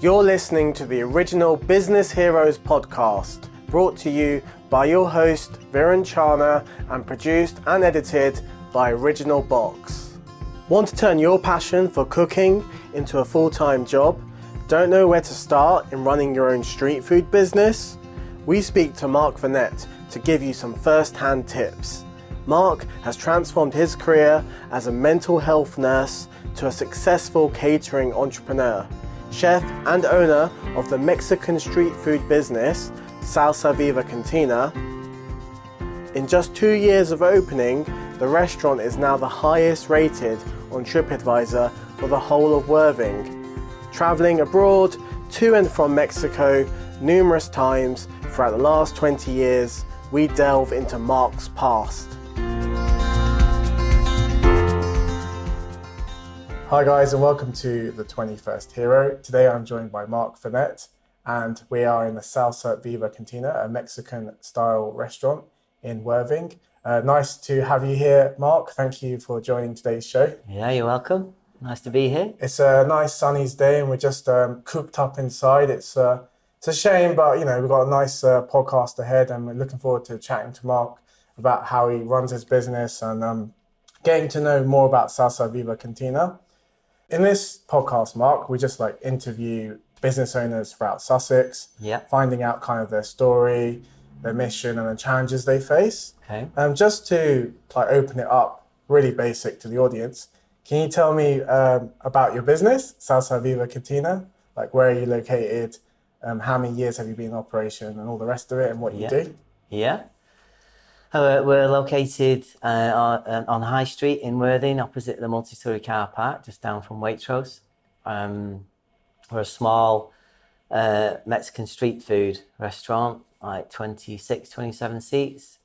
You're listening to the original Business Heroes podcast, brought to you by your host, Viren Chana, and produced and edited by Original Box. Want to turn your passion for cooking into a full time job? Don't know where to start in running your own street food business? We speak to Mark Vanette to give you some first hand tips. Mark has transformed his career as a mental health nurse to a successful catering entrepreneur, chef, and owner of the Mexican street food business, Salsa Viva Cantina. In just two years of opening, the restaurant is now the highest rated on TripAdvisor for the whole of Worthing, traveling abroad to and from Mexico numerous times throughout the last 20 years. We delve into Mark's past. Hi, guys, and welcome to the 21st Hero. Today I'm joined by Mark Finette, and we are in the Salsa Viva Cantina, a Mexican style restaurant in Worthing. Uh, nice to have you here, Mark. Thank you for joining today's show. Yeah, you're welcome. Nice to be here. It's a nice sunny day, and we're just um, cooped up inside. It's uh, it's a shame, but you know we've got a nice uh, podcast ahead, and we're looking forward to chatting to Mark about how he runs his business and um, getting to know more about Salsa Viva Cantina. In this podcast, Mark, we just like interview business owners throughout Sussex, Yeah. finding out kind of their story, their mission, and the challenges they face. Okay. Um, just to like open it up, really basic to the audience, can you tell me um, about your business, Salsa Viva Cantina? Like, where are you located? Um, how many years have you been in operation, and all the rest of it, and what you Yeah. do? Yeah. Uh, we're located uh, on, uh, on High Street in Worthing, opposite the multi-storey car park, just down from Waitrose. Um, we're a small uh, Mexican street food restaurant, like 26, 27 seats,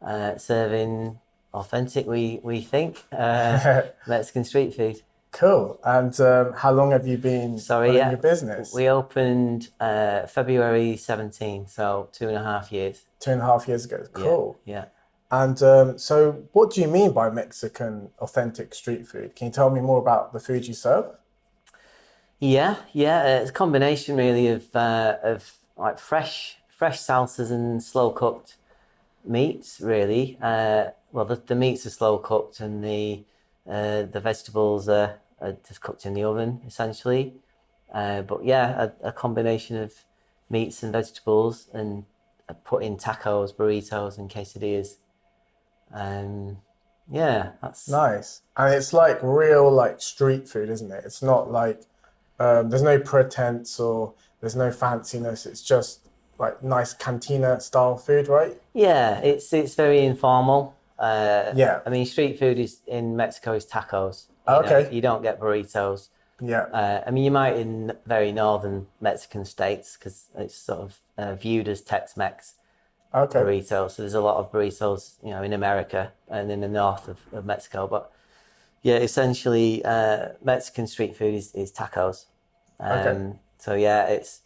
uh, serving authentic, we, we think, uh, Mexican street food. Cool. And um, how long have you been Sorry, running yeah. your business? We opened uh, February 17, so two and a half years. Two and a half years ago. Yeah, Cool. Yeah. And um, so, what do you mean by Mexican authentic street food? Can you tell me more about the food you serve? Yeah, yeah, uh, it's a combination really of uh, of like fresh fresh salsas and slow cooked meats really. Uh, well, the, the meats are slow cooked and the uh, the vegetables are, are just cooked in the oven essentially. Uh, but yeah, a, a combination of meats and vegetables and uh, put in tacos, burritos, and quesadillas. Um, yeah, that's Nice. And it's like real, like street food, isn't it? It's not like um, there's no pretense or there's no fanciness. It's just like nice cantina style food, right? Yeah, it's it's very informal. Uh, Yeah. I mean, street food is in Mexico is tacos. You know, Okay. you don't get burritos. Yeah. Uh, I mean, you might in very northern Mexican states because it's sort of uh, viewed as Tex-Mex Okay. burritos. So there's a lot of burritos, you know, in America and in the north of, of Mexico. But yeah, essentially, uh, Mexican street food is, is tacos. Okay. Um, so yeah, it's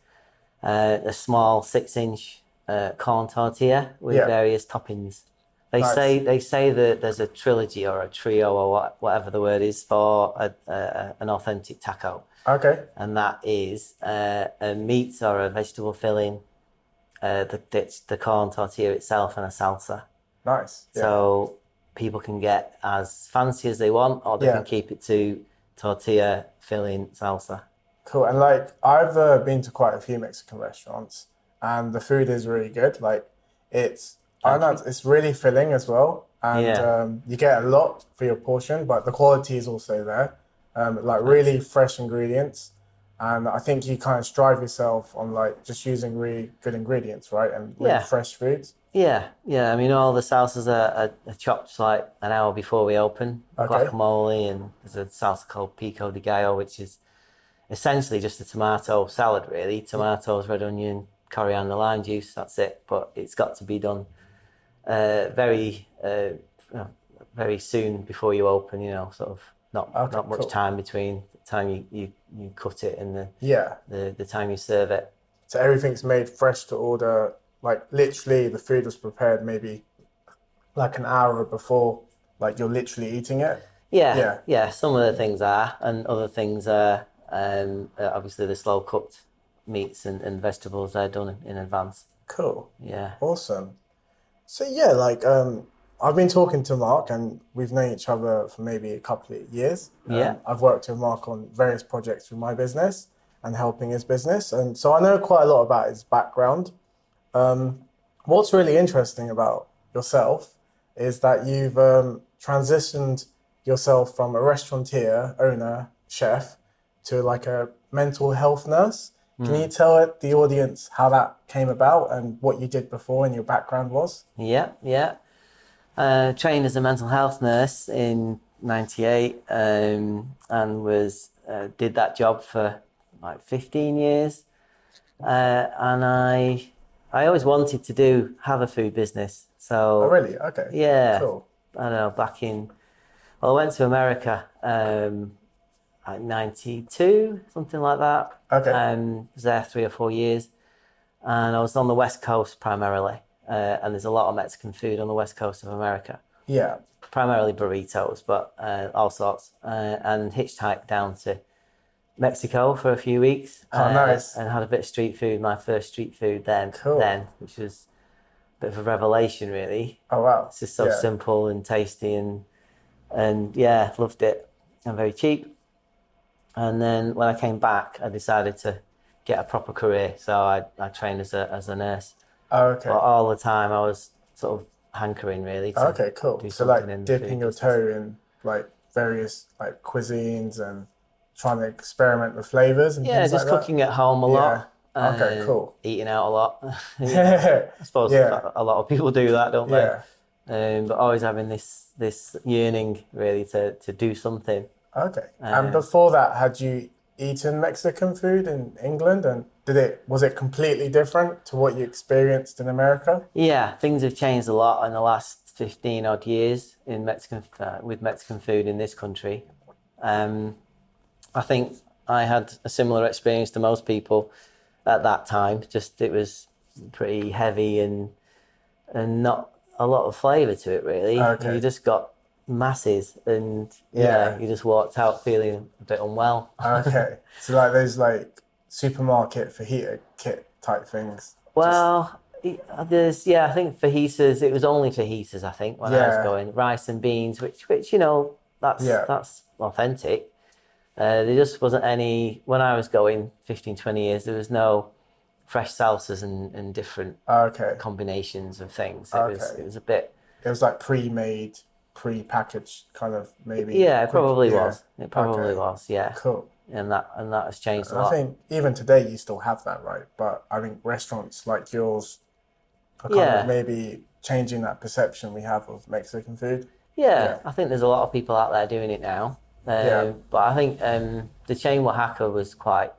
uh, a small six-inch uh, corn tortilla with Yeah. various toppings. They Nice. say they say that there's a trilogy or a trio or what, whatever the word is for a, a, an authentic taco Okay. and that is uh, a meat or a vegetable filling, uh, the it's the corn tortilla itself, and a salsa. Nice. Yeah. So people can get as fancy as they want, or they Yeah. can keep it to tortilla filling salsa. Cool. And like, I've uh, been to quite a few Mexican restaurants, and the food is really good. Like, it's I know it's- it's really filling as well, and Yeah. um, you get a lot for your portion, but the quality is also there. Um, like really fresh ingredients, and I think you kind of strive yourself on like just using really good ingredients, right? And really Yeah. fresh foods. Yeah, yeah. I mean, all the salsas are, are, are chopped like an hour before we open. Okay. Guacamole and there's a salsa called pico de gallo, which is essentially just a tomato salad, really. Tomatoes, red onion, coriander, lime juice. That's it. But it's got to be done uh, very, uh, you know, very soon before you open. You know, sort of not Okay, not much cool. time between the time you, you, you cut it and the, Yeah. the, the time you serve it. So everything's made fresh to order. Like literally, the food was prepared maybe like an hour before. Like you're literally eating it. Yeah, Yeah. yeah. Some of the things are, and other things are um, uh, obviously the slow cooked meats and, and vegetables they're done in, in advance. Cool. Yeah. Awesome. So yeah, like um, I've been talking to Mark, and we've known each other for maybe a couple of years. Um, Yeah. I've worked with Mark on various projects with my business and helping his business, and so I know quite a lot about his background. Um, what's really interesting about yourself is that you've um, transitioned yourself from a restaurateur, owner, chef to like a mental health nurse. Hmm. Can you tell it- the audience how that came about and what you did before and your background was? Yeah, yeah. Uh, trained as a mental health nurse in '98, um, and was uh, did that job for like 15 years. Uh, and I, I always wanted to do have a food business. So Oh, really? Okay. yeah, Cool. I don't know. Back in, well, I went to America, um, like '92, something like that. Okay. Um, was there three or four years, and I was on the West Coast primarily. Uh, and there's a lot of Mexican food on the West Coast of America, yeah. primarily burritos, but uh, all sorts. Uh, and hitchhiked down to Mexico for a few weeks. Uh, Oh, nice. And had a bit of street food. My first street food then, Cool. then, which was a bit of a revelation, really. Oh wow. It's just so yeah. simple and tasty and and yeah, loved it and very cheap. And then when I came back, I decided to get a proper career. So I, I trained as a as a nurse. Oh, okay. But all the time I was sort of hankering really to okay. Cool. do So like something in the dipping food your business. toe in like various like cuisines and trying to experiment with flavors and yeah, things just like that. cooking at home a lot. Um, Yeah. Okay, cool. Eating out a lot. I Yeah. suppose Yeah. a lot of people do that, don't they? yeah. Um, but always having this this yearning really to, to do something. Okay. Uh, and before that, had you eaten Mexican food in England, and did it was it completely different to what you experienced in America? Yeah, things have changed a lot in the last 15 odd years in Mexican uh, with Mexican food in this country. Um, I think I had a similar experience to most people at that time. Just it was pretty heavy and and not a lot of flavour to it really. Okay. You just got masses and Yeah. yeah, you just walked out feeling a bit unwell. Okay. so like those like supermarket fajita kit type things. Well, y- there's yeah, I think fajitas. It was only fajitas, I think, when I was Yeah. going rice and beans, which which you know that's Yeah. that's authentic. Uh, there just wasn't any when I was going 15, 20 years. There was no fresh salsas and, and different Okay. combinations of things. It was Okay. it was a bit It was like pre-made, pre-packaged kind of maybe. yeah, it quick- probably yeah. was. It probably Okay. was yeah, Cool. and that and that has changed a I lot. think even today you still have that, right? But I think restaurants like yours are kind Yeah. of maybe changing that perception we have of Mexican food. Yeah, I think there's a lot of people out there doing it now. Um, Yeah. But I think um, the chain Oaxaca was quite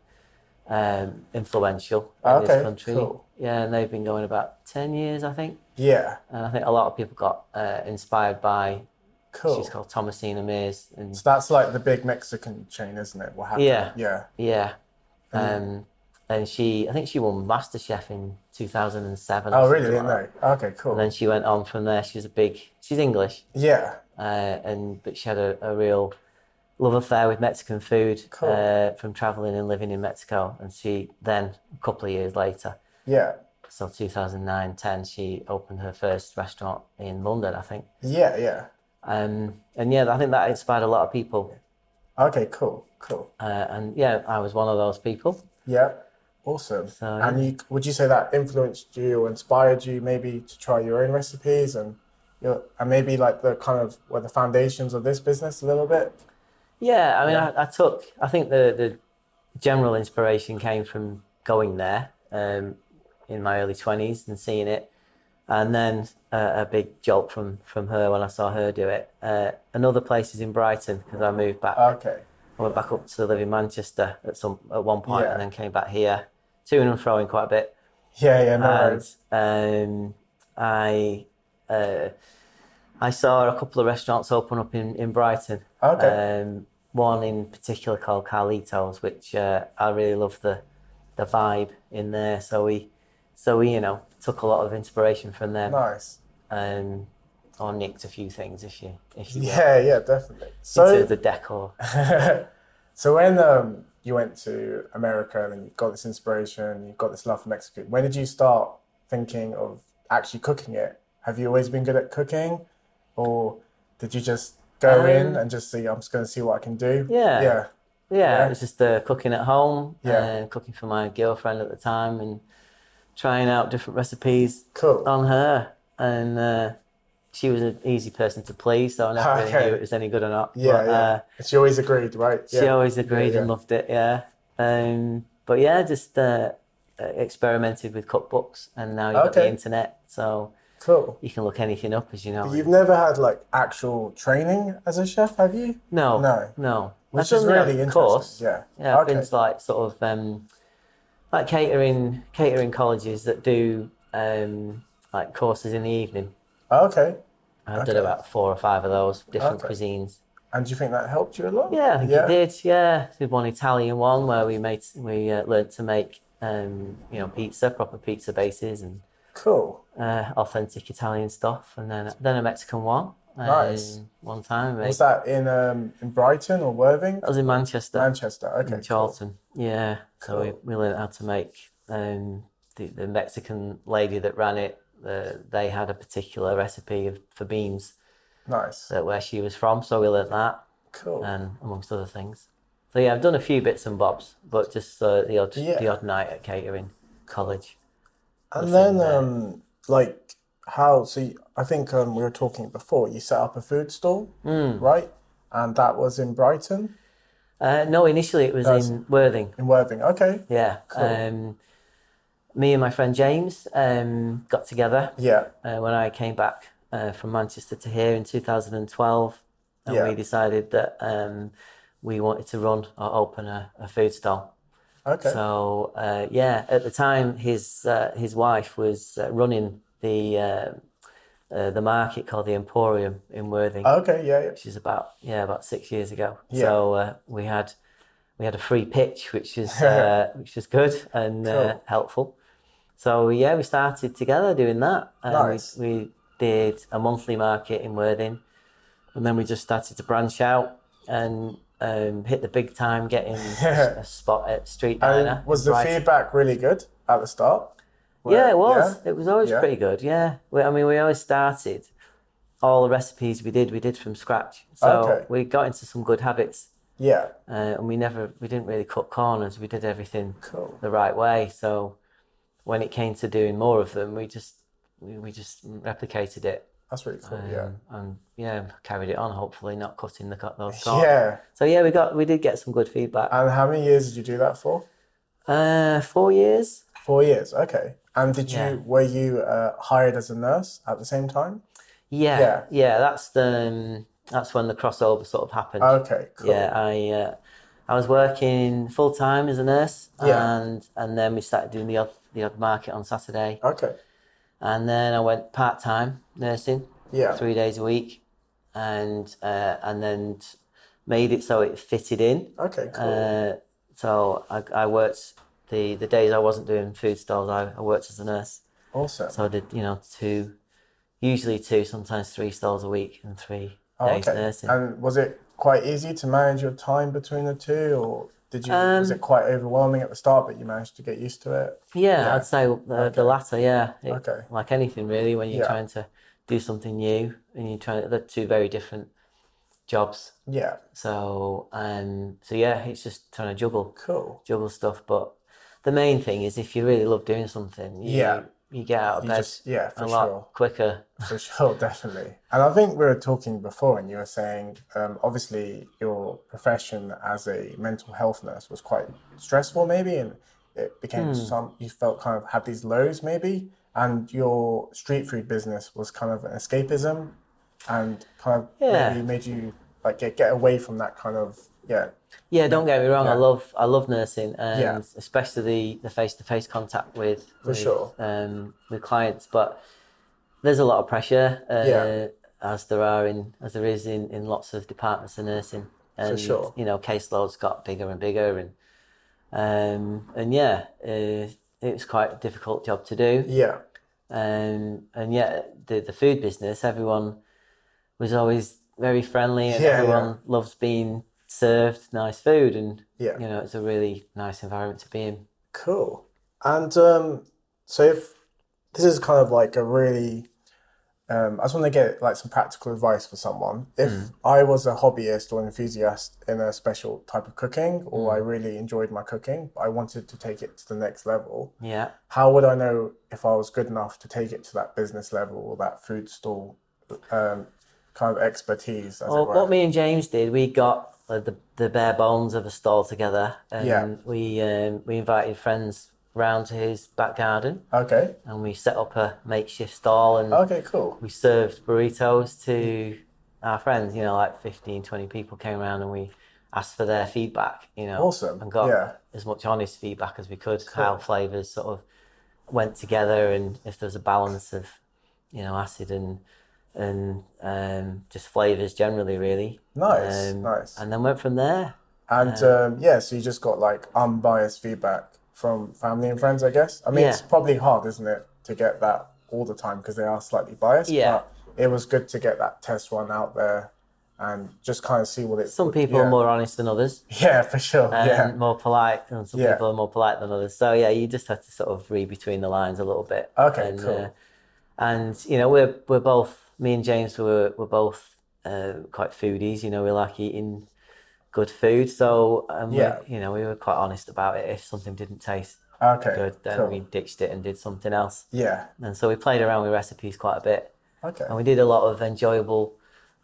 um, influential in Okay, this country. cool. Yeah, and they've been going about 10 years, I think. Yeah. And I think a lot of people got uh, inspired by, Cool. she's called Thomasina Mears. And So that's like the big Mexican chain, isn't it? What happened? Yeah. Yeah. yeah. Mm. Um, and she, I think she won MasterChef in 2007. or Oh, really? something like Didn't that. know. Okay, cool. And then she went on from there. She was a big, she's English. yeah. uh, and but she had a, a real love affair with Mexican food Cool. uh, from traveling and living in Mexico. And she then, a couple of years later, Yeah. so 2009 10, she opened her first restaurant in London, I think. Yeah. Yeah. Um, and yeah, I think that inspired a lot of people. Okay, cool. Cool. Uh, and yeah, I was one of those people. Yeah. Awesome. So, And you would you say that influenced you or inspired you maybe to try your own recipes and your and maybe like the kind of were the foundations of this business a little bit? Yeah, I mean, I, I took. I think the the general inspiration came from going there um, in my early twenties and seeing it, and then uh, a big jolt from from her when I saw her do it. Uh, and other places in Brighton because I moved back. Okay. I went back up to live in Manchester at some at one point Yeah. and then came back here, to and fro in quite a bit Yeah, yeah, no and worries. um, I uh, I saw a couple of restaurants open up in, in Brighton. Okay. Um, one in particular called Carlitos, which uh, I really love the the vibe in there. So we so we you know took a lot of inspiration from them. Nice. Um, or nicked a few things if you if you Yeah, yeah, definitely. were into So the decor. so when um you went to America and then you got this inspiration, you got this love for Mexican food. When did you start thinking of actually cooking it? Have you always been good at cooking, or did you just go Um, in and just see? I'm just going to see what I can do. Yeah. Yeah. Yeah, Yeah. it was just uh, cooking at home Yeah. and cooking for my girlfriend at the time and trying out different recipes Cool. on her. And uh, she was an easy person to please, so I never really Okay. knew it was any good or not. yeah. But, yeah. uh, she always agreed, right? she always agreed yeah. and loved it, yeah. Um, but yeah, just uh, uh, experimented with cookbooks, and now you've got the Okay. internet, so Cool. you can look anything up, as you know. You've never had like actual training as a chef, have you? No, No. no. Which I've is done the really course. interesting. Yeah. Yeah, I've been Okay. to like sort of um, like catering catering colleges that do um, like courses in the evening. Okay. I've done Okay. about four or five of those different Okay. cuisines. And do you think that helped you a lot? Yeah, I think Yeah. it did. Yeah, did one Italian one where we made we uh, learned to make um, you know pizza, proper pizza bases, and Cool. uh, authentic Italian stuff, and then then a Mexican one. Nice. um, One time, we made, Was that in um in Brighton or Worthing? that was in Manchester. Manchester. Okay. Oh, in Charlton. Yeah. So Cool. we, we learned how to make um, the, the Mexican lady that ran it. The, they had a particular recipe of, for beans Cool. Nice. that where she was from, so we learnt that, Cool. and amongst other things. So yeah, I've done a few bits and bobs, but just uh, the odd Yeah. the odd night at catering college. And then, within there. um, like how, so you, I think um, we were talking before, you set up a food stall, Hmm. right? And that was in Brighton, Uh, no, initially it was That's- in Worthing. in Worthing. Okay. Yeah. Um, me and my friend James um, got together Yeah. uh, when I came back uh, from Manchester to here in 2012, and Yeah. we decided that um, we wanted to run or open a, a food stall. Okay. So uh, yeah, at the time, his uh, his wife was uh, running the uh, uh, the market called the Emporium in Worthing, Okay. Yeah. yeah. which is about yeah about six years ago. Yeah. So uh, we had we had a free pitch, which is uh, which is good and uh, Cool. helpful. So yeah, we started together doing that. And we- Nice. We, did a monthly market in Worthing, and then we just started to branch out and um, hit the big time, getting a a spot at street And diner. was in the Brighton. feedback really good at the start? Yeah, Where- it was. It was always Yeah. pretty good. Yeah, we, I mean, we always started all the recipes we did. We did from scratch, so Okay. we got into some good habits. Yeah. Uh, and we never, we didn't really cut corners. We did everything Cool. the right way. So when it came to doing more of them, we just we, we just replicated it. That's really cool. Um, Yeah. And yeah, carried it on. Hopefully, not cutting the cut those corners. Yeah. So yeah, we got we did get some good feedback. And how many years did you do that for? Uh, four years. Four years. Okay. And did Yeah. you, were you uh, hired as a nurse at the same time? Yeah, Yeah. yeah. that's the um, that's when the crossover sort of happened. Okay. Cool. Yeah, I uh, I was working full time as a nurse, Yeah. and and then we started doing the odd the odd market on Saturday. Okay. and then I went part time nursing, Yeah. three days a week, and uh, and then t- made it so it fitted in. Okay. Cool. Uh, so I, I worked the the days I wasn't doing food stalls. I, I worked as a nurse, Awesome. so I did you know two, usually two, sometimes three stalls a week and three Oh, days okay. nursing. And was it quite easy to manage your time between the two, or did you, Um, was it quite overwhelming at the start, but you managed to get used to it? Yeah, Yeah. I'd say the, the latter, yeah. It- Okay. Like anything really, when you're Yeah. trying to do something new and you're trying to, they're two very different jobs. Yeah, So, um, so yeah, it's just trying to juggle, cool. juggle stuff. But the main thing is if you really love doing something, you, Yeah. you get out of You bed just, yeah, a for lot sure. quicker. For sure, definitely. And I think we were talking before, and you were saying, um, obviously, your profession as a mental health nurse was quite stressful, maybe, and it became some, you felt kind of had these lows, maybe, and your street food business was kind of an escapism and kind of Yeah. maybe made you like get, get away from that kind of, yeah, Yeah, don't get me wrong, I Yeah. love I love nursing and Yeah. especially the the face to face contact with with, sure. um with clients, but there's a lot of pressure uh, Yeah. as there are in as there is in, in lots of departments of nursing. And sure. you know, caseloads got bigger and bigger and um and yeah, uh, it was quite a difficult job to do. yeah, Um, and yet the the food business, everyone was always very friendly and Yeah, yeah. everyone loves being served nice food, and Yeah. you know, it's a really nice environment to be in. Cool. And um, so if this is kind of like a really, um, I just want to get like some practical advice for someone. If I was a hobbyist or enthusiast in a special type of cooking, or I really enjoyed my cooking, but I wanted to take it to the next level, Yeah. how would I know if I was good enough to take it to that business level or that food stall um, kind of expertise, as it Well, were? what me and James did, we got uh, the the bare bones of a stall together, and Yeah. we um, we invited friends round to his back garden, Okay. and we set up a makeshift stall, and Okay, cool. we served burritos to our friends. You know, like 15, 20 people came around, and we asked for their feedback. You know, Awesome. and got Yeah. as much honest feedback as we could. How flavors sort of went together, and if there was a balance of you know acid and and um, just flavors generally, really. Nice, Um, nice. And then went from there. And Uh, um, yeah, so you just got like unbiased feedback from family and friends, I guess. I mean, it's Yeah. probably hard, isn't it, to get that all the time because they are slightly biased, Yeah. but it was good to get that test run out there and just kind of see what it Some people yeah. are more Um, honest than others, Yeah, for sure. and Yeah. more polite, and some Yeah. people are more polite than others. So yeah, you just have to sort of read between the lines a little bit. Okay, and, cool. uh, and you know, we're we're both me and James were were both uh, quite foodies. You know, we like eating good food, so um, we- Yeah. you know, we were quite honest about it. If something didn't taste Okay, good, then cool. we ditched it and did something else. Yeah. And so we played around with recipes quite a bit, Okay. and we did a lot of enjoyable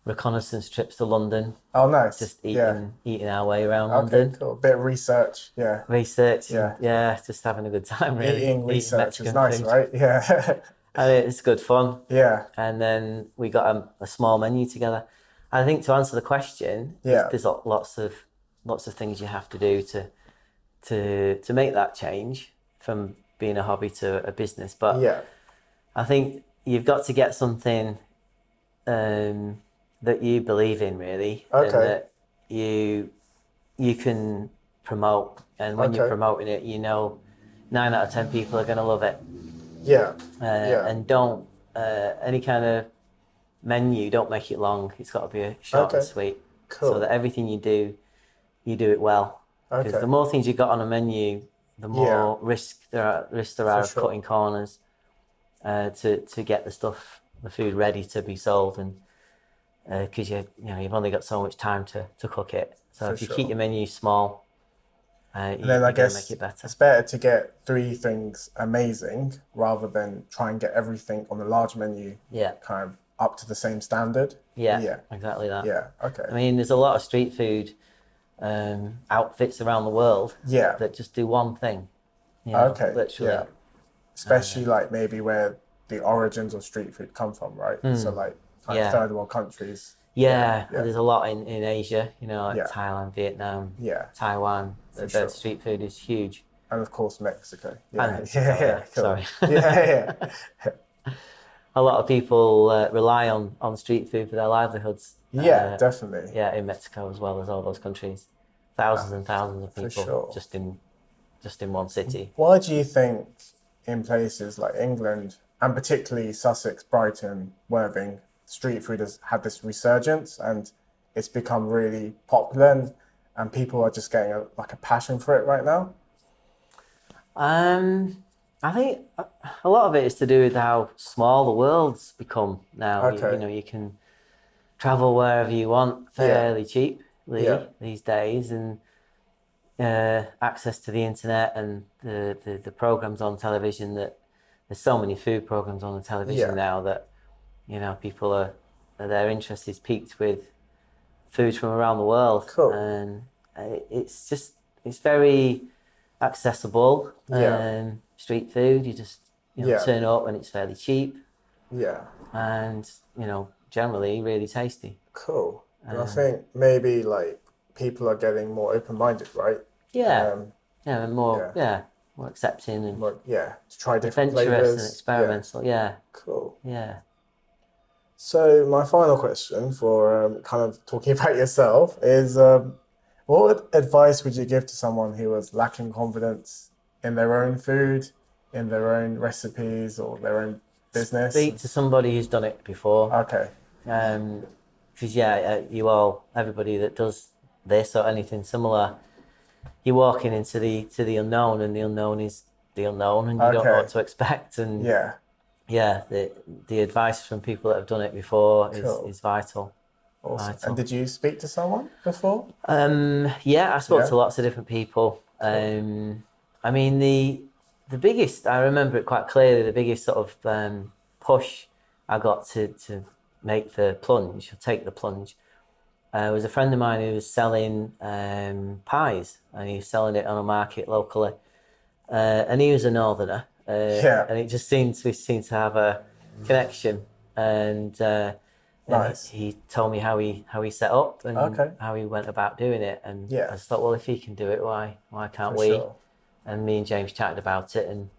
reconnaissance trips to London, Oh, nice. just eating Yeah. eating our way around Okay, London cool. Bit of research. Yeah. research. Yeah. Yeah, yeah, just having a good time really. Eating research is Mexican nice, food. right? Yeah. And it's good fun. Yeah. And then we got a, a small menu together. I think to answer the question, Yeah. there's, there's lo- lots of lots of things you have to do to to to make that change from being a hobby to a business. But Yeah. I think you've got to get something um, that you believe in, really, and Okay. that you you can promote. And when you're Okay. promoting it, you know nine out of ten people are going to love it. Yeah. Uh, Yeah. And don't uh, any kind of menu. Don't make it long. It's got to be short and Okay. sweet, so Cool. that everything you do, you do it well. Because Okay. the more things you got on a menu, the more risk there are risk there are of sure. cutting corners uh, to to get the stuff the food ready to be sold and because you you know you've only got so much time to, to cook it. So For if you sure. keep your menu small, uh, you, And then I you're gonna guess make it better. it's better to get three things amazing rather than try and get everything on the large menu Yeah, kind of up to the same standard. yeah, Yeah. exactly that. Yeah. Okay. I mean, there's a lot of street food um, outfits around the world Yeah. that just do one thing. You know, Okay, Literally. yeah. Especially like maybe where the origins of street food come from, right? So like, like Hmm. Yeah. third world countries. Yeah, yeah. there's a lot in, in Asia, you know, like Yeah. Thailand, Vietnam, Yeah. Taiwan. So For their sure. street food is huge. And of course Mexico. Yeah. And- yeah, yeah. Cool. Sorry. Uh, Yeah, yeah. A lot of people uh, rely on, on street food for their livelihoods. Yeah, Uh, definitely. yeah, in Mexico as well as all those countries. Thousands and thousands of people sure. just in just in one city. Why do you think in places like England and particularly Sussex, Brighton, Worthing, street food has had this resurgence and it's become really popular and, and people are just getting a, like a passion for it right now? Um, I think a- a lot of it is to do with how small the world's become now. You, you Okay. know, you can travel wherever you want fairly cheaply Yeah. these days, and uh, access to the internet and the, the, the programs on television that there's so many food programs on the television Yeah. now that you know people are their interest is piqued with food from around the world, Cool. and uh, it's just it's very accessible Yeah. um, street food. You just you know, Yeah. turn up and it's fairly cheap Yeah, and you know generally really tasty. cool. And I think maybe like people are getting more open-minded, right? Yeah, Um, yeah, and more yeah. more accepting and like, yeah, to try different adventurous flavors. and experimental. Yeah, Cool. yeah. So my final question for um, kind of talking about yourself is um, what advice would you give to someone who was lacking confidence in their own food, in their own recipes or their own business? Speak to somebody who's done it before. um, Okay. because yeah, uh, you all everybody that does this or anything similar. You're walking into the to the unknown, and the unknown is the unknown, and you don't know Okay. what to expect. And Yeah. yeah, the the advice from people that have done it before Cool. is, is vital. Awesome. Vital. And did you speak to someone before? Um, yeah, I spoke Yeah. to lots of different people. Um, I mean the the biggest I remember it quite clearly. The biggest sort of um, push I got to to make the plunge, take the plunge, uh, was a friend of mine who was selling um, pies, and he was selling it on a market locally, uh, and he was a northerner, uh, Yeah. and it just seemed we seemed to have a connection, and. Uh, and Nice. He told me how he how he set up and Okay. how he went about doing it, and Yeah. I just thought, well, if he can do it, why why can't we? Sure. And me and James chatted about it, and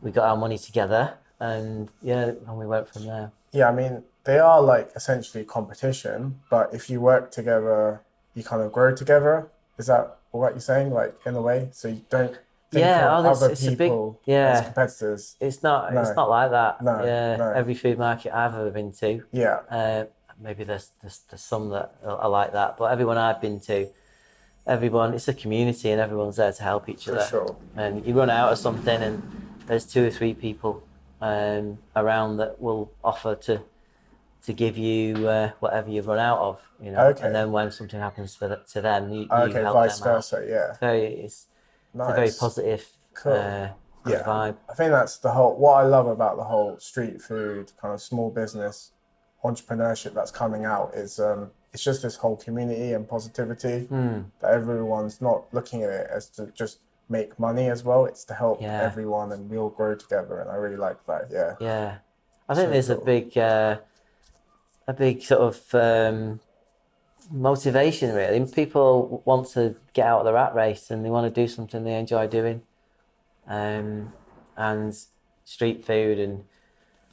we got our money together, and yeah, and we went from there. Yeah, I mean, they are like essentially competition, but if you work together, you kind of grow together. Is that what you're saying? Like in a way, so you don't think Yeah, of oh, that's- other it's a big- people as yeah. competitors. It's not No. it's not like that. No, yeah, no. every food market I've ever been to, Yeah, uh, maybe there's, there's there's some that are are like that, but everyone I've been to, everyone it's a community, and everyone's there to help each for other. sure. and Um, you run out of something and there's two or three people um, around that will offer to to give you uh, whatever you've run out of you know Okay. and then when something happens for th- to them you, you Okay, help vice them out. versa. Yeah, It's very it's, it's a very nice. positive Cool. uh, good Yeah. vibe I think that's the whole what I love about the whole street food kind of small business entrepreneurship that's coming out is um it's just this whole community and positivity Hmm. that everyone's not looking at it as to just make money as well. It's to help Yeah. everyone and we all grow together and I really like that. Yeah. yeah I think So there's a cool. big uh, a big sort of um, motivation really people want to get out of the rat race and they want to do something they enjoy doing um, and street food and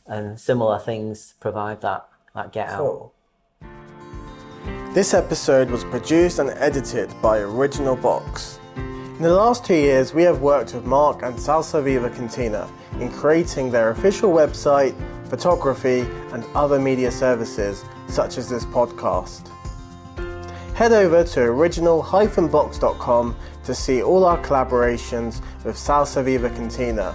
and similar things provide that that get out. Cool. This episode was produced and edited by Original Box. In the last two years, we have worked with Mark and Salsa Viva Cantina in creating their official website, photography, and other media services, such as this podcast. Head over to original-box.com to see all our collaborations with Salsa Viva Cantina.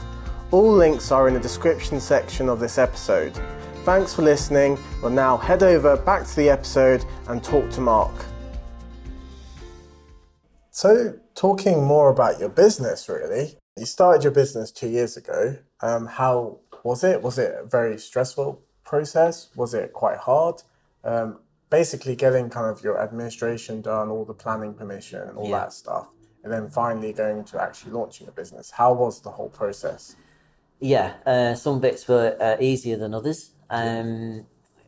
All links are in the description section of this episode. Thanks for listening. We'll now head over back to the episode and talk to Mark. So, talking more about your business, really, you started your business two years ago. Um, how was it? Was it a very stressful process? Was it quite hard? Um, basically, getting kind of your administration done, all the planning permission, and all Yeah. that stuff, and then finally going to actually launching a business. How was the whole process? Yeah, uh, some bits were uh, easier than others. Um,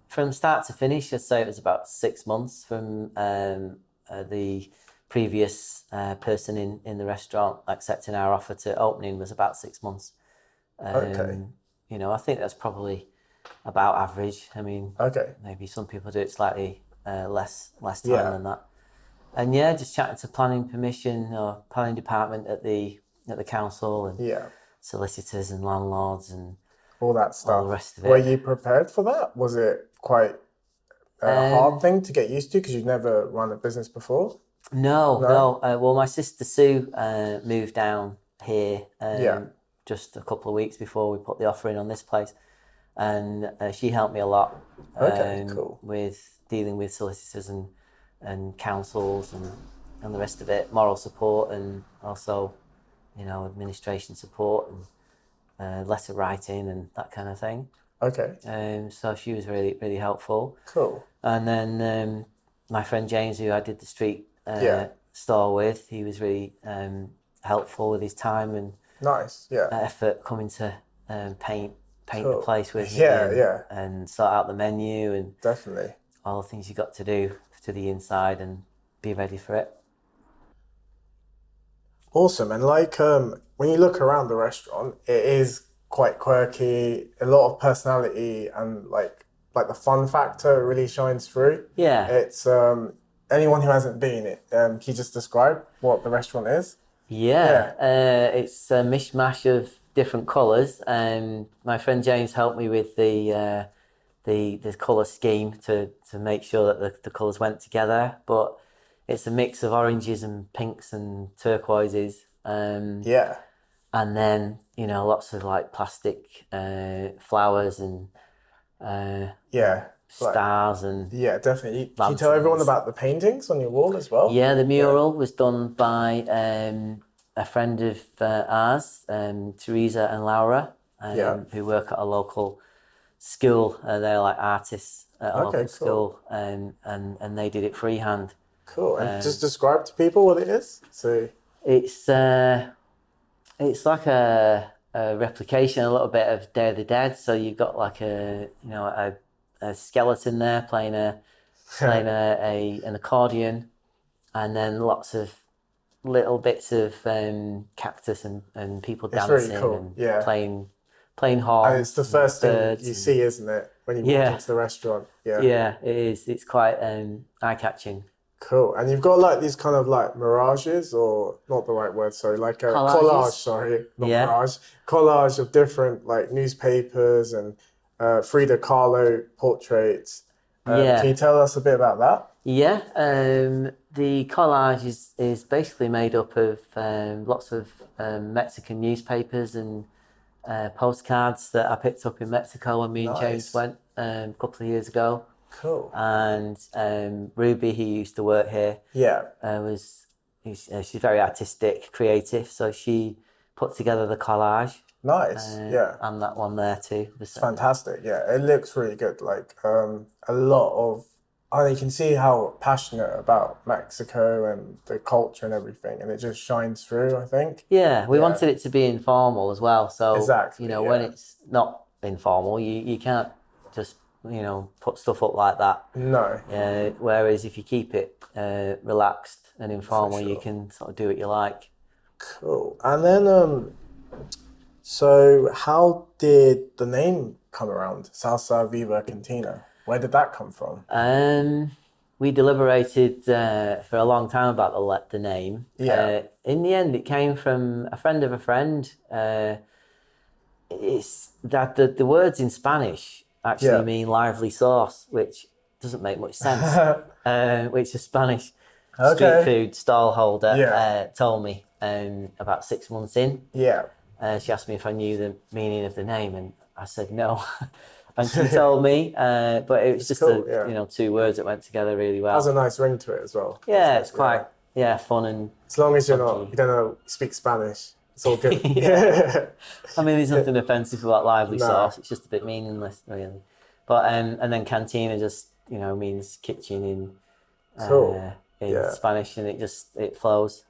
from start to finish, I'd say it was about six months from um, uh, the previous uh, person in, in the restaurant accepting our offer to opening was about six months. Um, Okay. You know, I think that's probably about average. I mean, Okay, maybe some people do it slightly uh, less less time Yeah. than that. And yeah, just chatting to planning permission or planning department at the at the council and yeah, solicitors and landlords and all that stuff. the rest of Were it. you prepared for that? Was it quite a Um, hard thing to get used to because you've never run a business before? no, No? no. Uh, well, my sister Sue uh, moved down here um, Yeah. just a couple of weeks before we put the offer in on this place, and uh, she helped me a lot. um, Okay, cool. With dealing with solicitors and and councils and and the rest of it, moral support and also, you know, administration support and uh, letter writing and that kind of thing. Okay, Um, so she was really really helpful. cool. And then um, my friend James, who I did the street uh, Yeah. store with, he was really um, helpful with his time and Nice. Yeah. Uh, effort coming to um, paint paint Cool. the place with Yeah, me and, yeah. and sort out the menu and Definitely. all the things you got to do to the inside and be ready for it. Awesome. And like um when you look around the restaurant, it is quite quirky, a lot of personality and like like the fun factor really shines through. Yeah. It's um anyone who hasn't been it, um can you just describe what the restaurant is? Yeah, uh, it's a mishmash of different colours. Um, my friend James helped me with the uh, the the colour scheme to to make sure that the, the colours went together. But It's a mix of oranges and pinks and turquoises. Um, Yeah. and then you know lots of like plastic uh, flowers and uh, Yeah. Like- stars and Yeah, definitely. You- Can you tell Lanterns. everyone about the paintings on your wall as well? yeah the mural was done by um, a friend of uh, ours um, teresa and laura um, Yeah. who work at a local school uh, they're like artists at a Okay, local cool. school um, and and they did it freehand Cool. Um, And just describe to people what it is. So, it's uh, it's like a, a replication a little bit of Day of the Dead. So you've got like a you know a, a skeleton there playing a playing a, a an accordion, and then lots of little bits of um, cactus and, and people It's really dancing cool, and yeah. playing playing and horns. Oh, it's the and first thing birds you and- see, isn't it, when you walk Yeah. into the restaurant? Yeah. Yeah, it is. It's quite um, eye catching. Cool. And you've got like these kind of like mirages, or not the right word, sorry, like a Collages. collage, sorry, not Yeah. mirage, collage of different like newspapers and uh, Frida Kahlo portraits. Uh, Yeah. Can you tell us a bit about that? Yeah, um, the collage is, is basically made up of um, lots of um, Mexican newspapers and uh, postcards that I picked up in Mexico when me and Nice. James went um, a couple of years ago. Cool. Uh, And um, Ruby, who used to work here, Yeah. uh, was is- uh, she's very artistic, creative, so she put together the collage Nice. uh, Yeah. and that one there too. The s- fantastic. Yeah, it looks really good. Like um, a lot of, and you can see how passionate about Mexico and the culture and everything, and it just shines through. I think. Yeah, we Yeah. wanted it to be informal as well. So, Exactly, you know, when yeah. it's not informal, you, you can't just, you know, put stuff up like that. No. Uh, whereas if you keep it uh, relaxed and informal, you sure. can sort of do what you like. Cool. And then, um, so how did the name come around? Salsa Viva Cantina. Where did that come from? Um, we deliberated uh, for a long time about the le- the name. Yeah. Uh, in the end, it came from a friend of a friend. Uh, it's that the, the words in Spanish actually Yeah. mean lively sauce, which doesn't make much sense. uh, which a Spanish Okay. street food stall holder Yeah. uh, told me um, about six months in. Yeah. Uh, she asked me if I knew the meaning of the name, and I said no. and she told me, uh, but it was just cool, a, yeah. you know two words that went together really well. Has a nice ring to it as well. yeah, doesn't it's it? quite yeah. fun and As long as you're not, you don't know, speak Spanish. It's all good. I mean there's nothing offensive about lively No. sauce. It's just a bit meaningless really. But um, and then cantina just you know means kitchen in uh, Cool. in yeah. Spanish, and it just it flows.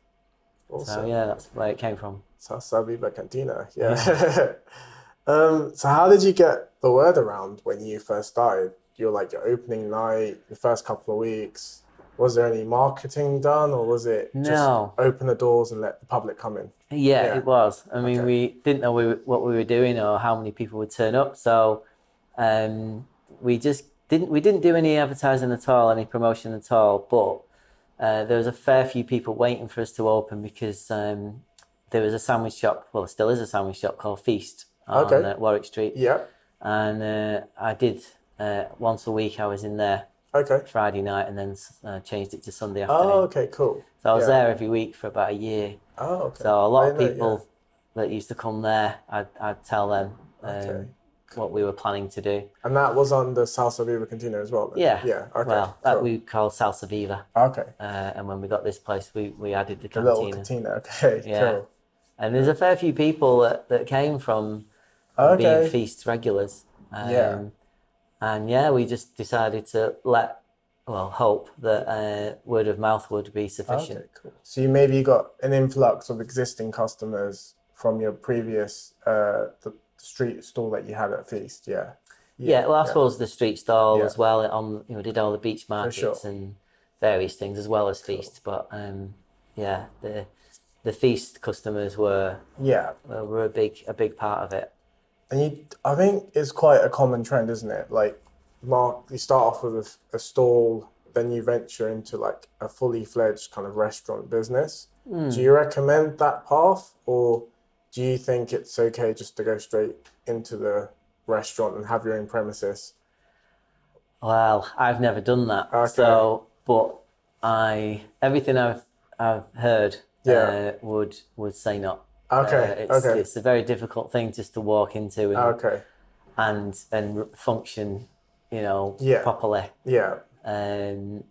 Awesome. So yeah, that's where it came from. Salsa Viva Cantina. Yeah. um, so how did you get the word around when you first started? Your like your opening night, the first couple of weeks. Was there any marketing done, or was it No. just open the doors and let the public come in? Yeah, Yeah. it was. I mean, Okay. we didn't know we were, what we were doing or how many people would turn up, so um, we just didn't. We didn't do any advertising at all, any promotion at all. But uh, there was a fair few people waiting for us to open because um, there was a sandwich shop. Well, there still is a sandwich shop called Feast on Okay. uh, Warwick Street, Yeah. and uh, I did uh, once a week. I was in there Okay. Friday night, and then uh, changed it to Sunday afternoon. Oh, okay. Cool. So I was yeah. there every week for about a year. Oh, okay. So a lot I of know, yeah. people that used to come there, I'd, I'd tell them um, Okay. what we were planning to do. And that was on the Salsa Viva Cantina as well. then? Yeah. Yeah. Okay. Well, that cool. we called Salsa Viva. Okay. Uh, and when we got this place, we, we added the The cantina. little cantina. Okay. Yeah. Cool. And there's a fair few people that, that came from Okay. being feast regulars. Um, Yeah. And yeah, we just decided to let, well, hope that uh, word of mouth would be sufficient. Okay, cool. So you maybe got an influx of existing customers from your previous uh the street stall that you had at Feast, yeah. Yeah, well, I suppose the street stall Yeah. as well. On you know, did all the beach markets sure. and various things as well as feast. But um, yeah, the the feast customers were Yeah. were were a big a big part of it. And you I think it's quite a common trend, isn't it? Like mark you start off with a, a stall, then you venture into like a fully fledged kind of restaurant business. Hmm. Do you recommend that path or do you think it's okay just to go straight into the restaurant and have your own premises? Well, I've never done that, Okay. so but I everything I've I've heard Yeah. uh, would would say not. Okay, Uh, it's, okay. Uh, it's a very difficult thing just to walk into and Okay. and and r- function, you know, Yeah. properly. Yeah. Um,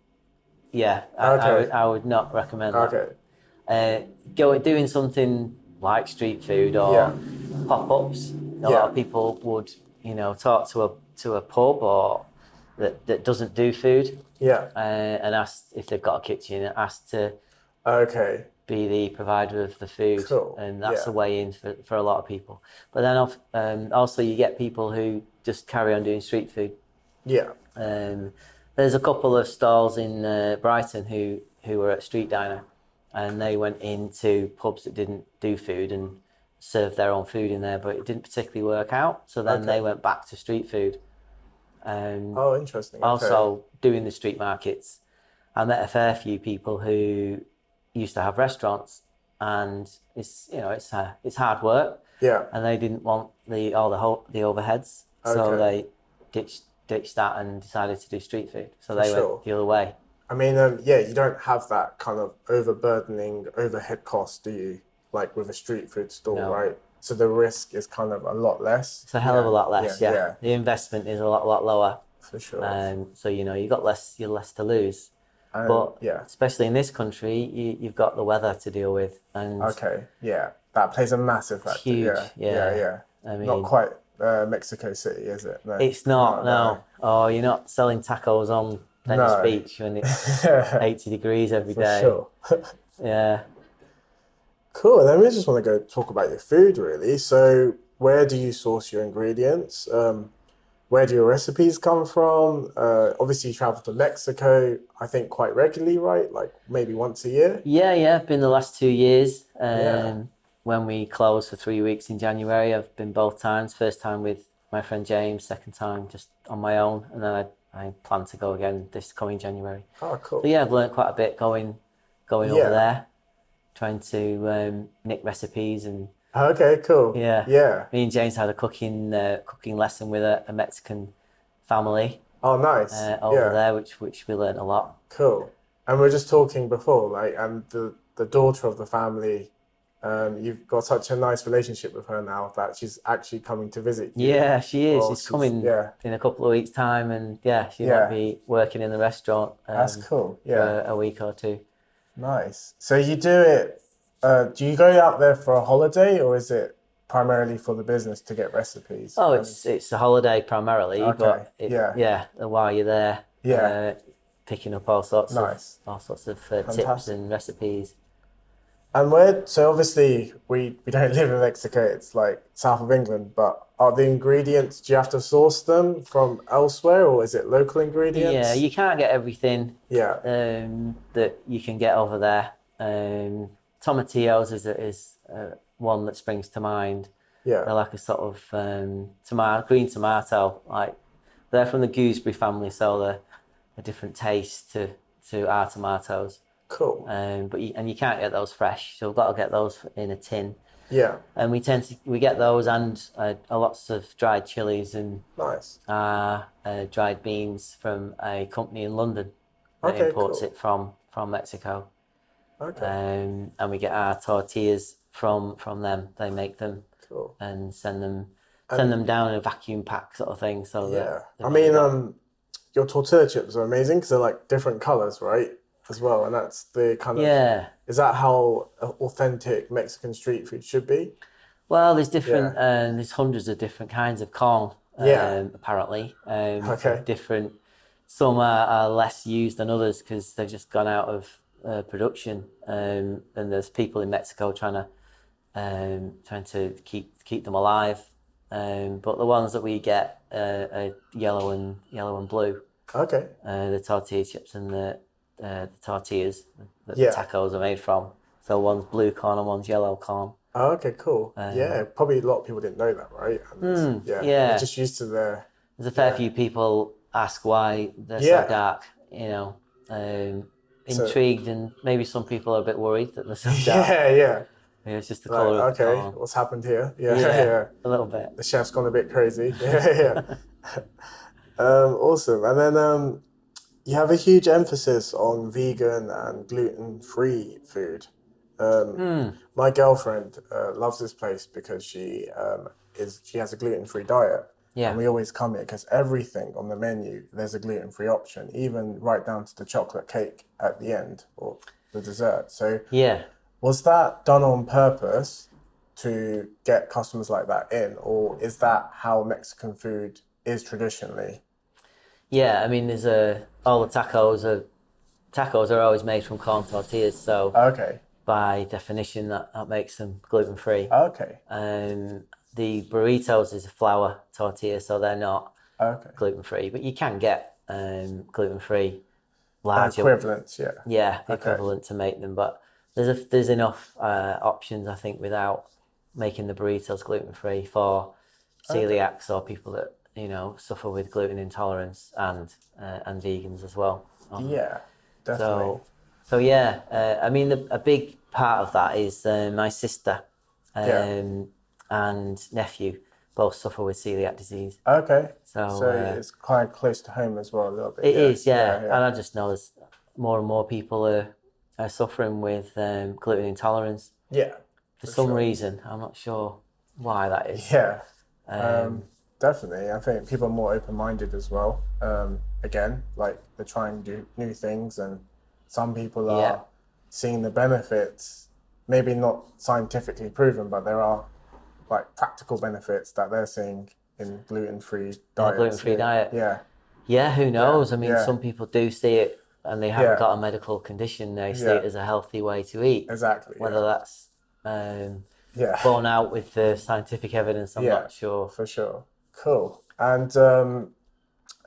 yeah, I, Okay. I, would, I would not recommend that. Okay. Uh, go doing something like street food or Yeah. pop-ups. A Yeah. lot of people would, you know, talk to a to a pub or that, that doesn't do food Yeah. uh, and ask if they've got a kitchen and ask to Okay. be the provider of the food, Cool, and that's yeah. a way in for, for a lot of people. But then of- um, also you get people who just carry on doing street food. Yeah. Um, there's a couple of stalls in uh, Brighton who who were at street diner, and they went into pubs that didn't do food and served their own food in there, but it didn't particularly work out. So then Okay. they went back to street food. Um, Oh, interesting. Okay. also doing the street markets. I met a fair few people who used to have restaurants, and it's you know it's uh, it's hard work, Yeah. and they didn't want the all the whole, the overheads, so Okay. they ditched ditched that and decided to do street food. So they sure. went the other way. I mean, um, yeah, you don't have that kind of overburdening overhead cost, do you? Like with a street food stall, No. right? So the risk is kind of a lot less. It's a hell of a lot less. yeah, Yeah, yeah. the investment is a lot lot lower. for sure. Um, so you know you got less you're less to lose. And- But Um, yeah. especially in this country, you, you've got the weather to deal with, and Okay. Yeah. That plays a massive factor. Huge, Yeah. Yeah. yeah. Yeah. I mean, Not quite uh, Mexico City, is it? No. It's not, No, no. no. Oh, you're not selling tacos on Venice No. Beach when it's 80 degrees every day. For sure. Yeah. Cool. Then we just want to go talk about your food, really. So, where do you source your ingredients? Um, where do your recipes come from? Uh, obviously, you travel to Mexico, I think, quite regularly, right? Like maybe once a year. Yeah, yeah. Been the last two years. Um, Yeah. When we closed for three weeks in January, I've been both times. First time with my friend James, second time just on my own. And then I, I plan to go again this coming January. Oh, But cool. yeah, I've learned quite a bit going going Yeah. over there, trying to um, nick recipes and Okay, cool. Yeah. Yeah. me and James had a cooking uh, cooking lesson with a, a Mexican family Oh, nice. uh, over Yeah. there, which which we learnt a lot. Cool. And we were just talking before, like, and the the daughter of the family, um, you've got such a nice relationship with her now that she's actually coming to visit you. Yeah, she is. Well, she's she's- coming yeah. in a couple of weeks' time, and yeah, she Yeah. might be working in the restaurant um, That's cool. Yeah. for a week or two. Nice. So you do it, uh, do you go out there for a holiday or is it primarily for the business to get recipes? Oh, it's it's a holiday primarily, Okay, but it, yeah. yeah, while you're there, Yeah. uh, picking up all sorts Nice. of all sorts of uh, tips Fantastic. and recipes. And where, so obviously we, we don't live in Mexico, it's like south of England, but are the ingredients, do you have to source them from elsewhere or is it local ingredients? Yeah, you can't get everything Yeah. um, that you can get over there. Um, tomatillos is a- is uh, one that springs to mind. Yeah. They're like a sort of um, tomato, green tomato. Like they're from the gooseberry family, so they're a different taste to to our tomatoes. Cool. Um, but you, and you can't get those fresh, so we've got to get those in a tin. Yeah. And we tend to we get those and uh, uh, lots of dried chilies and Nice. uh, uh, dried beans from a company in London that Okay, imports cool. it from from Mexico. Okay. Um, and we get our tortillas from from them. They make them Cool. and send them send them down in a vacuum pack sort of thing. So that Yeah. they've I only mean, got- um, your tortilla chips are amazing because they're like different colors, right? As well. And that's the kind of yeah. Is that how authentic Mexican street food should be? Well, there's different. Uh, there's hundreds of different kinds of corn. Yeah. Um, apparently, um, Okay. different. Some are, are less used than others because they've just gone out of uh, production. Um, and there's people in Mexico trying to um, trying to keep keep them alive. Um, but the ones that we get uh, are yellow and yellow and blue. Okay. Uh, the tortilla chips and the uh, the tortillas that Yeah. the tacos are made from. So one's blue corn and one's yellow corn. Oh, okay, cool. yeah, probably a lot of people didn't know that, right? And yeah, Uh, Hmm, yeah. they're just used to the. There's a fair few people ask why they're Yeah. so dark, you know, um, intrigued, and maybe some people are a bit worried that they're so dark. Yeah, yeah. Maybe it's just the Like, colour of the okay, corn. what's happened here? Yeah, yeah. Yeah, a little bit. The chef's gone a bit crazy. Yeah, yeah. um, awesome. And then, um, You have a huge emphasis on vegan and gluten free food. Um, My girlfriend uh, loves this place because she um, is she has a gluten free diet. Yeah. And we always come here because everything on the menu there's a gluten free option, even right down to the chocolate cake at the end or the dessert. So Yeah. was that done on purpose to get customers like that in, or is that how Mexican food is traditionally? Yeah, I mean, there's a all the tacos are tacos are always made from corn tortillas, so Okay, by definition, that, that makes them gluten free. okay, Um, the burritos is a flour tortilla, so they're not okay. gluten free, but you can get um, gluten free larger, Equivalence, yeah. yeah, the equivalent to make them. But there's a, there's enough uh, options, I think, without making the burritos gluten free for celiacs or people that you know suffer with gluten intolerance and uh, and vegans as well. Um, Yeah, definitely. so, so yeah, uh, I mean, the, a big part of that is uh, my sister um, Yeah. and nephew both suffer with celiac disease. okay, So, so uh, it's quite close to home as well, a little bit. it is, yeah. yeah, yeah. And I just know there's more and more people are, are suffering with um, gluten intolerance Yeah, for, some reason. I'm not sure why that is. yeah, Um, definitely. I think people are more open minded as well. Um, again, like they're trying to do new things, and some people are Yeah. seeing the benefits, maybe not scientifically proven, but there are like practical benefits that they're seeing in gluten free diets. gluten-free yeah. diet. Yeah. yeah, who knows? I mean, yeah. some people do see it and they haven't Yeah. got a medical condition. They see Yeah. it as a healthy way to eat. Exactly. Whether that's um, yeah. yeah. borne out with the scientific evidence, I'm Yeah. not sure. For sure. Cool. And um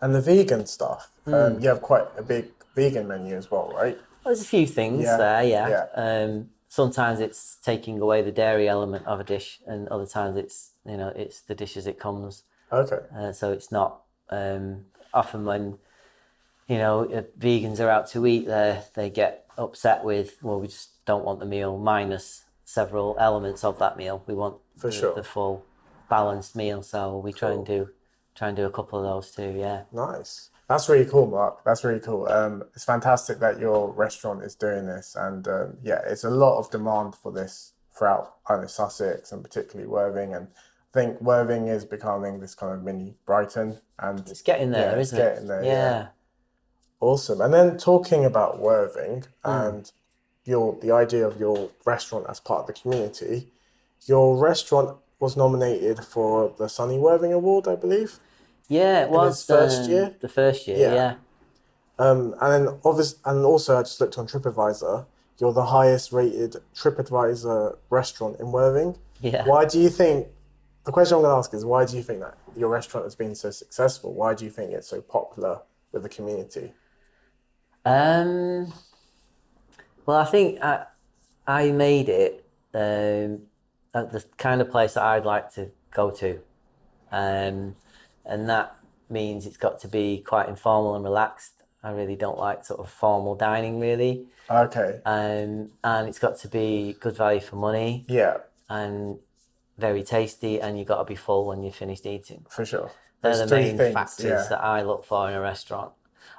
and the vegan stuff. Hmm. Um, you have quite a big vegan menu as well, right? Well, there's a few things Yeah, there, yeah. Um, sometimes it's taking away the dairy element of a dish, and other times it's you know it's the dish as it comes. Okay. Uh, so it's not um, often when you know uh, vegans are out to eat, they they get upset with well, we just don't want the meal minus several elements of that meal. We want For the, sure. the full balanced meal. So we try and do try and do a couple of those too. Yeah. Nice. That's really cool, Mark. That's really cool. Um, it's fantastic that your restaurant is doing this, and um, yeah, it's a lot of demand for this throughout I know, Sussex and particularly Worthing. And I think Worthing is becoming this kind of mini Brighton, and It's getting there, Yeah, it's not getting it? there, yeah. yeah. Awesome. And then talking about Worthing Hmm. and your the idea of your restaurant as part of the community, your restaurant was nominated for the Sunny Worthing Award, I believe. Yeah, it was first um, year? The first year, Yeah. yeah. Um, and then obvious, and also I just looked on TripAdvisor. You're the highest rated TripAdvisor restaurant in Worthing. Yeah. Why do you think? The question I'm going to ask is why do you think that your restaurant has been so successful? Why do you think it's so popular with the community? Um, well, I think I I made it um, at the kind of place that I'd like to go to, um, and that means it's got to be quite informal and relaxed. I really don't like sort of formal dining, really, Okay. um, and it's got to be good value for money Yeah, and very tasty, and you've got to be full when you're finished eating. for sure. They're There's the three main things, factors yeah. that I look for in a restaurant.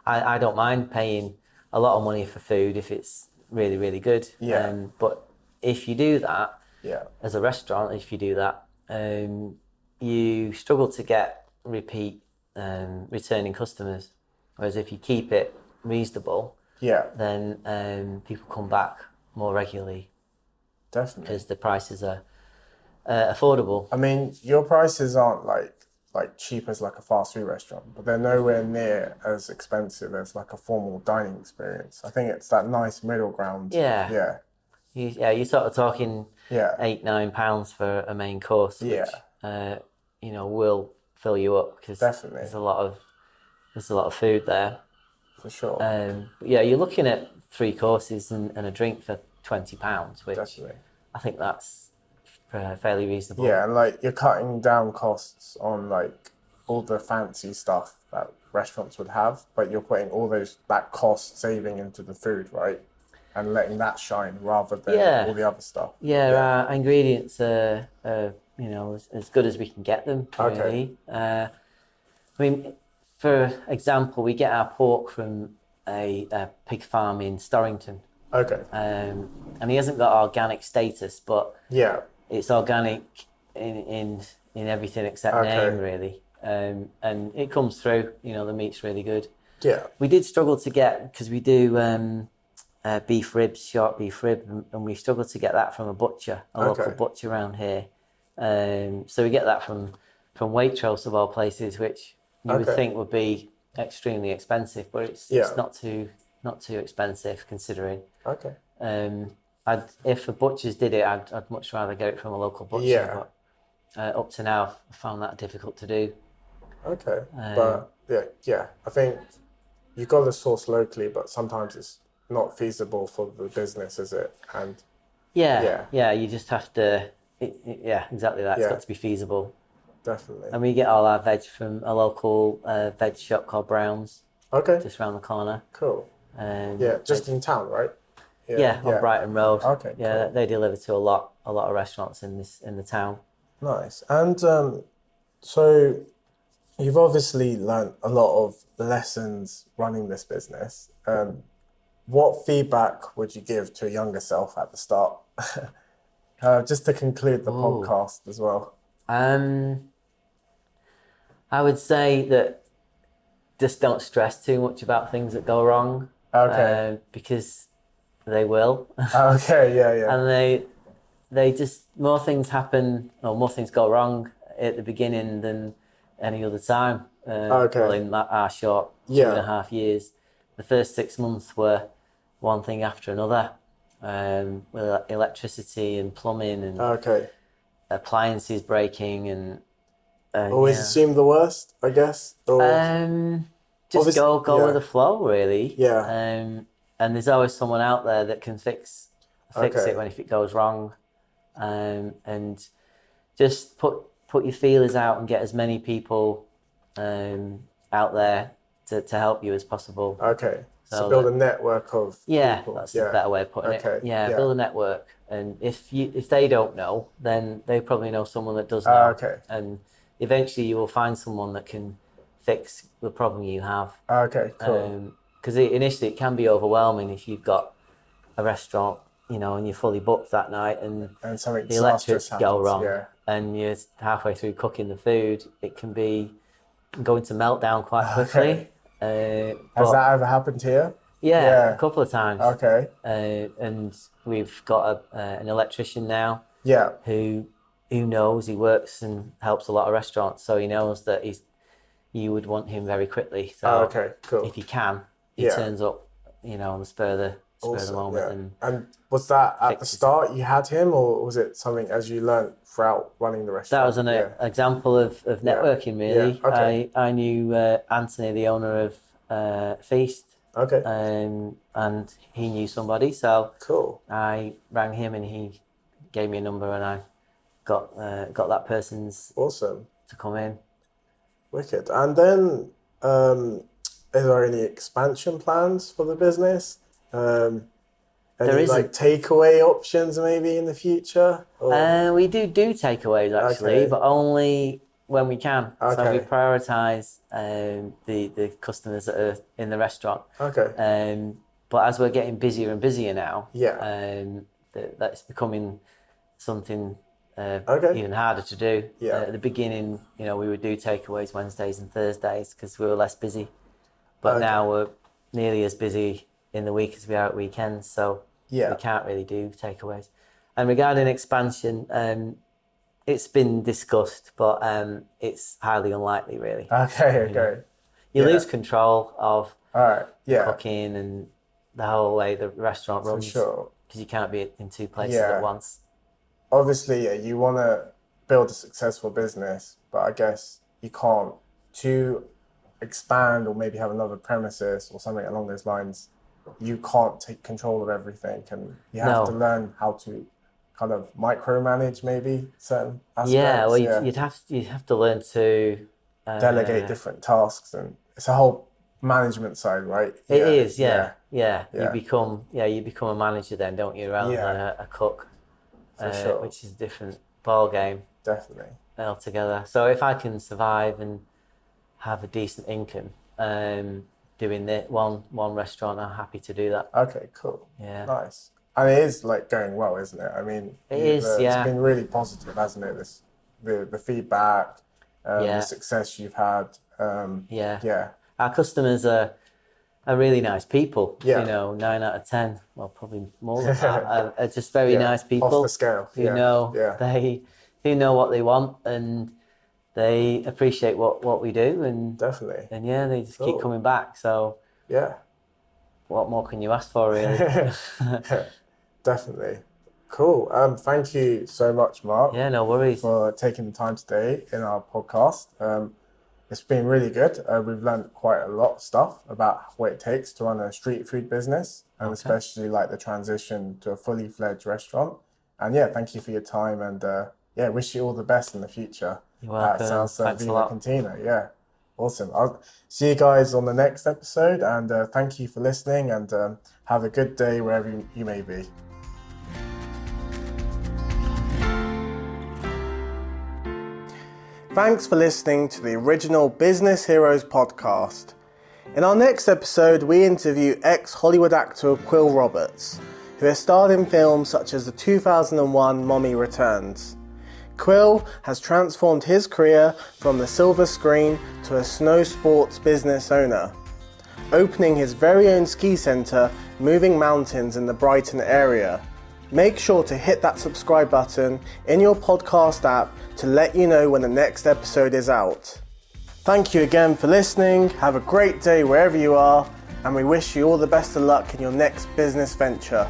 I, I don't mind paying a lot of money for food if it's really, really good. Yeah. Um, but if you do that Yeah. as a restaurant, if you do that, um, you struggle to get repeat um, returning customers. Whereas if you keep it reasonable, Yeah, then um, people come back more regularly definitely. because the prices are uh, affordable. I mean, your prices aren't like like cheap as like a fast food restaurant, but they're nowhere near as expensive as like a formal dining experience. I think it's that nice middle ground. Yeah. Yeah. You, yeah, you're sort of talking Yeah. eight nine pounds for a main course which uh, you know will fill you up because Definitely. there's a lot of there's a lot of food there For sure. um, but yeah you're looking at three courses and, and a drink for 20 pounds which definitely. i think that's uh, fairly reasonable Yeah, and like you're cutting down costs on like all the fancy stuff that restaurants would have, but you're putting all those that cost saving into the food, right? And letting that shine rather than Yeah. all the other stuff. Yeah, our ingredients are, are you know as, as good as we can get them. Okay. Really. Uh, I mean, for example, we get our pork from a, a pig farm in Storrington, Okay. um, and he hasn't got organic status, but Yeah. it's organic in in in everything except Okay. name really, um, and it comes through. You know, the meat's really good. Yeah. We did struggle to get because we do um, uh, beef ribs, sharp beef rib, and- and we struggled to get that from a butcher, a local Okay. butcher around here. Um, so we get that from from Waitrose of all places, which you would Okay. think would be extremely expensive, but it's Yeah. it's not too not too expensive considering. Okay. Um, I'd, if the butchers did it, I'd, I'd much rather get it from a local butcher. Yeah. But uh, up to now, I found that difficult to do. Okay. Um, but yeah, yeah. I think you got the source locally, but sometimes it's not feasible for the business, is it? And Yeah, Yeah. yeah, you just have to. It, it- yeah, exactly that. It's Yeah. got to be feasible. definitely. And we get all our veg from a local uh, veg shop called Browns, okay. just round the corner. cool. Um, Yeah. Just in town, right? yeah, on Brighton Road. Okay, Yeah, cool. they deliver to a lot, a lot of restaurants in this in the town. Nice. And um, so you've obviously learned a lot of lessons running this business. Um, what feedback would you give to a younger self at the start? uh, just to conclude the podcast as well. Um, I would say that just don't stress too much about things that go wrong. Okay. um, because they will, Uh, okay. Yeah. Yeah. and they they just more things happen or more things go wrong at the beginning than any other time. Uh, Okay. well, in that, our short Yeah. two and a half years, the first six months were one thing after another. Um, with electricity and plumbing and Okay. appliances breaking and uh, Always yeah. assume the worst, I guess. Or Um, just Obviously- go go yeah. with the flow, really. Yeah. Um, and there's always someone out there that can fix fix Okay. it when if it goes wrong, um, and just put put your feelers out and get as many people um, out there to, to help you as possible. okay. So, So build a network of Yeah, people. that's yeah. the better way of putting Okay, it. Yeah, yeah. build a network, and if you if they don't know, then they probably know someone that does know. Ah, okay. And eventually, you will find someone that can fix the problem you have. Okay. Um, Cool. Because it initially it can be overwhelming if you've got a restaurant, you know, and you're fully booked that night, and and something the disastrous electrics go happens. wrong, Yeah. and you're halfway through cooking the food. It can be going to meltdown quite quickly. Uh, Has but- that ever happened here? yeah, yeah. a couple of times Okay. uh, and we've got a, uh, an electrician now Yeah. who who knows he works and helps a lot of restaurants, so he knows that he's you would want him very quickly. So Oh, okay. Cool. if he can, he Yeah. turns up, you know, on the spur of the spur of the Awesome, moment, yeah. and And was that at the fixes it. start you had him, or was it something as you learned throughout running the that restaurant? was an e- yeah. example of, of networking. Really, Yeah, okay. I I knew uh, Anthony, the owner of uh, Feast, Okay, um, and he knew somebody, so cool. I rang him and he gave me a number and I got uh, got that person's Awesome. to come in. Wicked. And then, um, is there any expansion plans for the business? Um, any There isn't. like takeaway options maybe in the future? Or, Uh, we do do takeaways actually, Okay. but only when we can. So Okay. we prioritise um, the the customers that are in the restaurant. okay. Um, but as we're getting busier and busier now, Yeah. um, th- that's becoming something uh, Okay. even harder to do. Yeah. Uh, at the beginning, you know, we would do takeaways Wednesdays and Thursdays because we were less busy. But Okay. now we're nearly as busy in the week as we are at weekends, so Yeah. we can't really do takeaways. And regarding expansion, um, it's been discussed, but um, it's highly unlikely, really. okay. Okay. you yeah. lose control of All right. Yeah. cooking and the whole way the restaurant For runs. sure. Because you can't be in two places Yeah. at once. obviously yeah, you want to build a successful business, but I guess you can't to expand or maybe have another premises or something along those lines. You can't take control of everything, and you have No. to learn how to kind of micromanage maybe certain aspects. yeah, well, you'd, yeah. you'd have you'd have to learn to uh, delegate different tasks, and it's a whole management side, right? It is, yeah, yeah. yeah. You become, yeah, you become a manager then, don't you, rather Yeah. than a, a cook, uh, sure. which is a different ball game definitely. altogether. So if I can survive and have a decent income, um, doing the one one restaurant are happy to do that. Okay, cool. Yeah. Nice. And it is like going well, isn't it? I mean, It you've, is, uh, yeah. It's been really positive, hasn't it? This the the feedback, um, Yeah. the success you've had. Um, Yeah. yeah. Our customers are are really nice people. Yeah. You know, nine out of ten, well, probably more than that, are, are just very Yeah. nice people. Off the scale. who yeah. know Yeah. they who know what they want and they appreciate what what we do and Definitely. and yeah they just Cool. keep coming back so Yeah. what more can you ask for really Definitely. Cool. Um, thank you so much, Mark, yeah no worries for taking the time today in our podcast. Um, it's been really good. Uh, we've learned quite a lot of stuff about what it takes to run a street food business, and especially like the transition to a fully fledged restaurant. And yeah, thank you for your time, and uh, yeah, wish you all the best in the future You're welcome. at Salsa Thanks a Viva lot. Cantina. Yeah, awesome. I'll see you guys on the next episode, and uh, thank you for listening, and um, have a good day wherever you, you may be. Thanks for listening to the original Business Heroes podcast. In our next episode, we interview ex Hollywood actor Quill Roberts, who has starred in films such as the 2001 Mommy Returns. Quill has transformed his career from the silver screen to a snow sports business owner, opening his very own ski centre, Moving Mountains, in the Brighton area. Make sure to hit that subscribe button in your podcast app to let you know when the next episode is out. Thank you again for listening. Have a great day wherever you are, and we wish you all the best of luck in your next business venture.